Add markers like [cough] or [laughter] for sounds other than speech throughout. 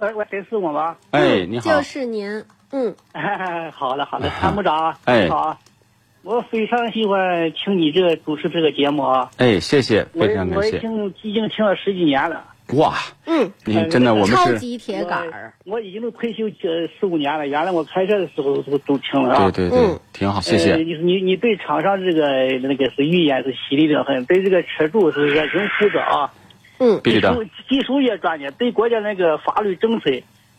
喂喂，谁是我吗？ [laughs] 哎，你好嗯就，是您，嗯，好了好了，参谋长，啊哎你好，我非常喜欢听你这主持这个节目啊，哎，谢谢，我非常我感也谢。听已经听了十几年了，哇，嗯，你真的我们超是，级铁杆儿，我，我已经都退休这四五年了，原来我开车的时候都都听了啊。对对对嗯，挺好，谢呃、谢。你你你对厂商这个那个是语言是犀利的很，对这个车主是热情负责啊，嗯，必须的技，术技术也专业，对国家那个法律政策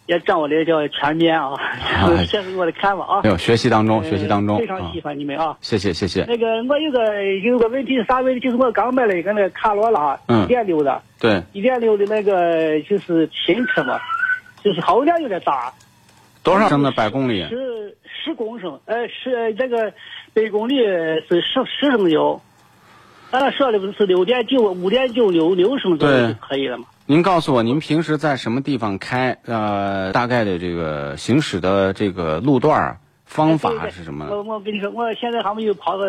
也掌握的叫全面啊。哎 [laughs] 这是我的看法啊没。有学习当中，学习当中呃非啊常喜，欢你们啊。谢谢谢谢。那个我有个有个问题是啥问题？就是我刚买了一个那个卡罗拉嗯一点六的，对，一点六的那个就是新车嘛，就是耗油量有点大，多少升的百公里？十十公升，呃，十这个每公里是十十升油。俺说的不是六点九、五点九六六升左对右就可以了嘛？您告诉我，您平时在什么地方开？呃，大概的这个行驶的这个路段儿方对法对是什么？嗯我我跟你说，我现在还没有跑到，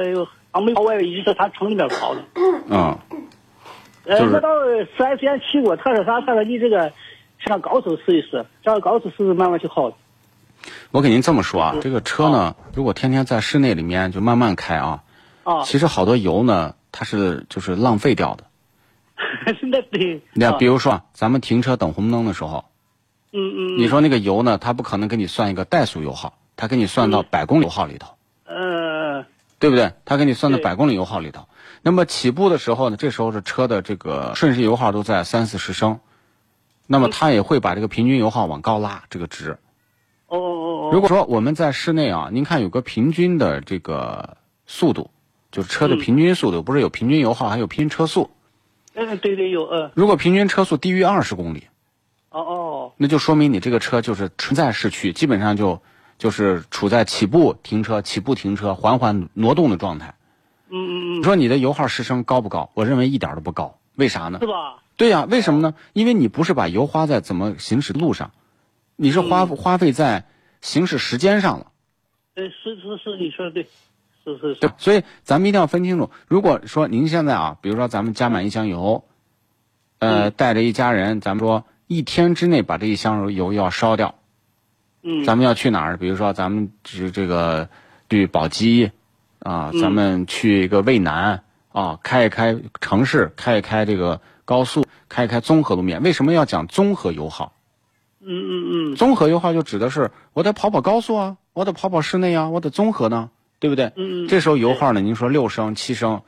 还没跑外面，一直在咱城里面跑呢。嗯，呃，就是我到四 S 店去过，他说啥？他说你这个上高速试一试，上高速试试慢慢就好了。我给您这么说啊，嗯这个车呢，如果天天在室内里面就慢慢开啊，啊， [laughs] 其实好多油呢，它是就是浪费掉的。那对。你看，啊比如说啊咱们停车等红灯的时候，嗯嗯，你说那个油呢，它不可能给你算一个怠速油耗，它给你算嗯到百公里油耗里头。呃，对不对？他给你算到对百公里油耗里头。那么起步的时候呢，这时候是车的这个瞬时油耗都在三四十嗯升，那么它也会把这个平均油耗往高拉这个值。哦哦如哦，果说我们在室内啊，您看有个平均的这个速度，就是车的平均速度，不是有平均油耗，还有平均车速。嗯，对对有，呃，如果平均车速低于二十公里，哦哦，那就说明你这个车就是纯在市区，基本上就就是处在起步停车、起步停车、缓缓挪动的状态。嗯嗯你嗯，说你的油耗时升高不高？我认为一点儿都不高，为啥呢是？吧？对呀、为什么呢？因为你不是把油花在怎么行驶的路上，你是嗯花花费在行驶时间上了，呃，是是是，你说的对，是对是是吧，所以咱们一定要分清楚。如果说您现在啊，比如说咱们加满一箱油，呃，带着一家人，咱们说一天之内把这一箱油要烧掉，嗯，咱们要去哪儿？比如说咱们这这个去宝鸡啊，咱们去一个渭南啊，开一开城市，开一开这个高速，开一开综合路面。为什么要讲综合油耗？嗯嗯嗯，综合油耗就指的是我得跑跑高速啊，我得跑跑室内啊，我得综合呢，对不对？嗯嗯这时候油耗呢，您说六升、七升、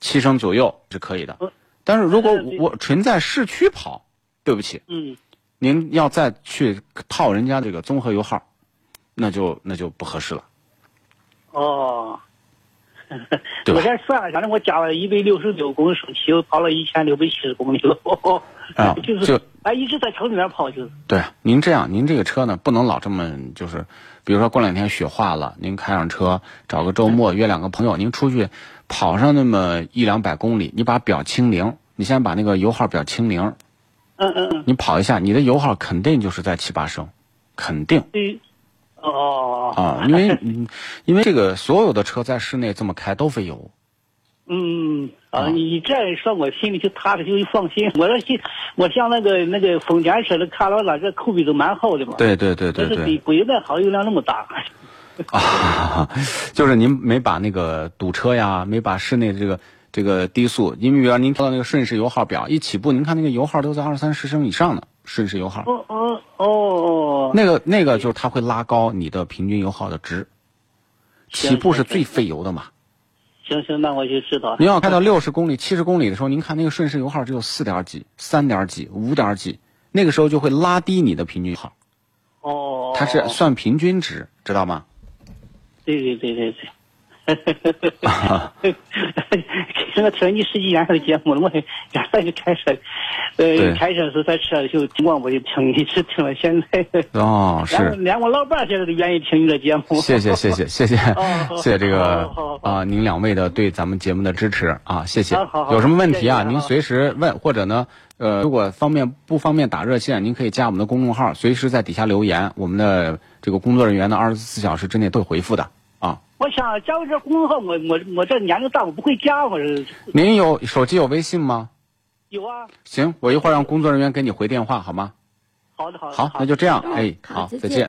七升左右是可以的。但是如果呃对我我纯在市区跑，对不起，嗯，您要再去套人家这个综合油耗，那就那就不合适了。哦。我这算了，反正我加了一百六十九公升汽油，跑了一千六百七十公里了。哦啊 [laughs] 就是，哎，一直在城里面跑，就是，对，您这样，您这个车呢，不能老这么就是，比如说过两天雪化了，您开上车，找个周末约两个朋友，您出去跑上那么一两百公里，你把表清零，你先把那个油耗表清零，嗯嗯嗯，你跑一下，你的油耗肯定就是在七八升，肯定对，哦，啊，因为嗯因为这个所有的车在室内这么开都费油，嗯啊，你这样一说，我心里就踏实，就放心。我说心，我像那个那个丰田车的卡罗拉，这口碑都蛮好的嘛。， [laughs] 对对对这对是对。比不应该耗油量那么大。啊， [laughs] 就是您没把那个堵车呀，没把室内的这个这个低速，因为比方您看到那个瞬时油耗表，一起步您看那个油耗都在二三十升以上呢，瞬时油耗，哦哦哦哦，那个那个就是它会拉高你的平均油耗的值，行起步是最费油的嘛。行行，那我就知道了。您要开到六十公里、七十公里的时候，您看那个瞬时油耗只有四点几、三点几、五点几，那个时候就会拉低你的平均油耗，哦，它是算平均值，知道吗？ [laughs] 对对对对对。 [laughs] 啊，听了听你十几年的节目了，我原来就开车，呃，开车时在车里就听广播就听，一直听到现在。 [laughs] 哦，是。连我老伴现在都愿意听你的节目。 [laughs] 谢谢谢谢谢谢 [laughs] 谢谢这个啊，您两位的对咱们节目的支持啊，谢谢。有什么问题啊？您随时问，或者呢，呃，如果方便不方便打热线，您可以加我们的公众号，随时在底下留言，我们的这个工作人员呢，二十四小时之内都会回复的。啊我想加入这公众号，我我我这年龄大，我不会加。我这您有手机有微信吗？有啊。行，我一会儿让工作人员给你回电话，好吗？好的，好的。好，那就这样。哎，好，再见。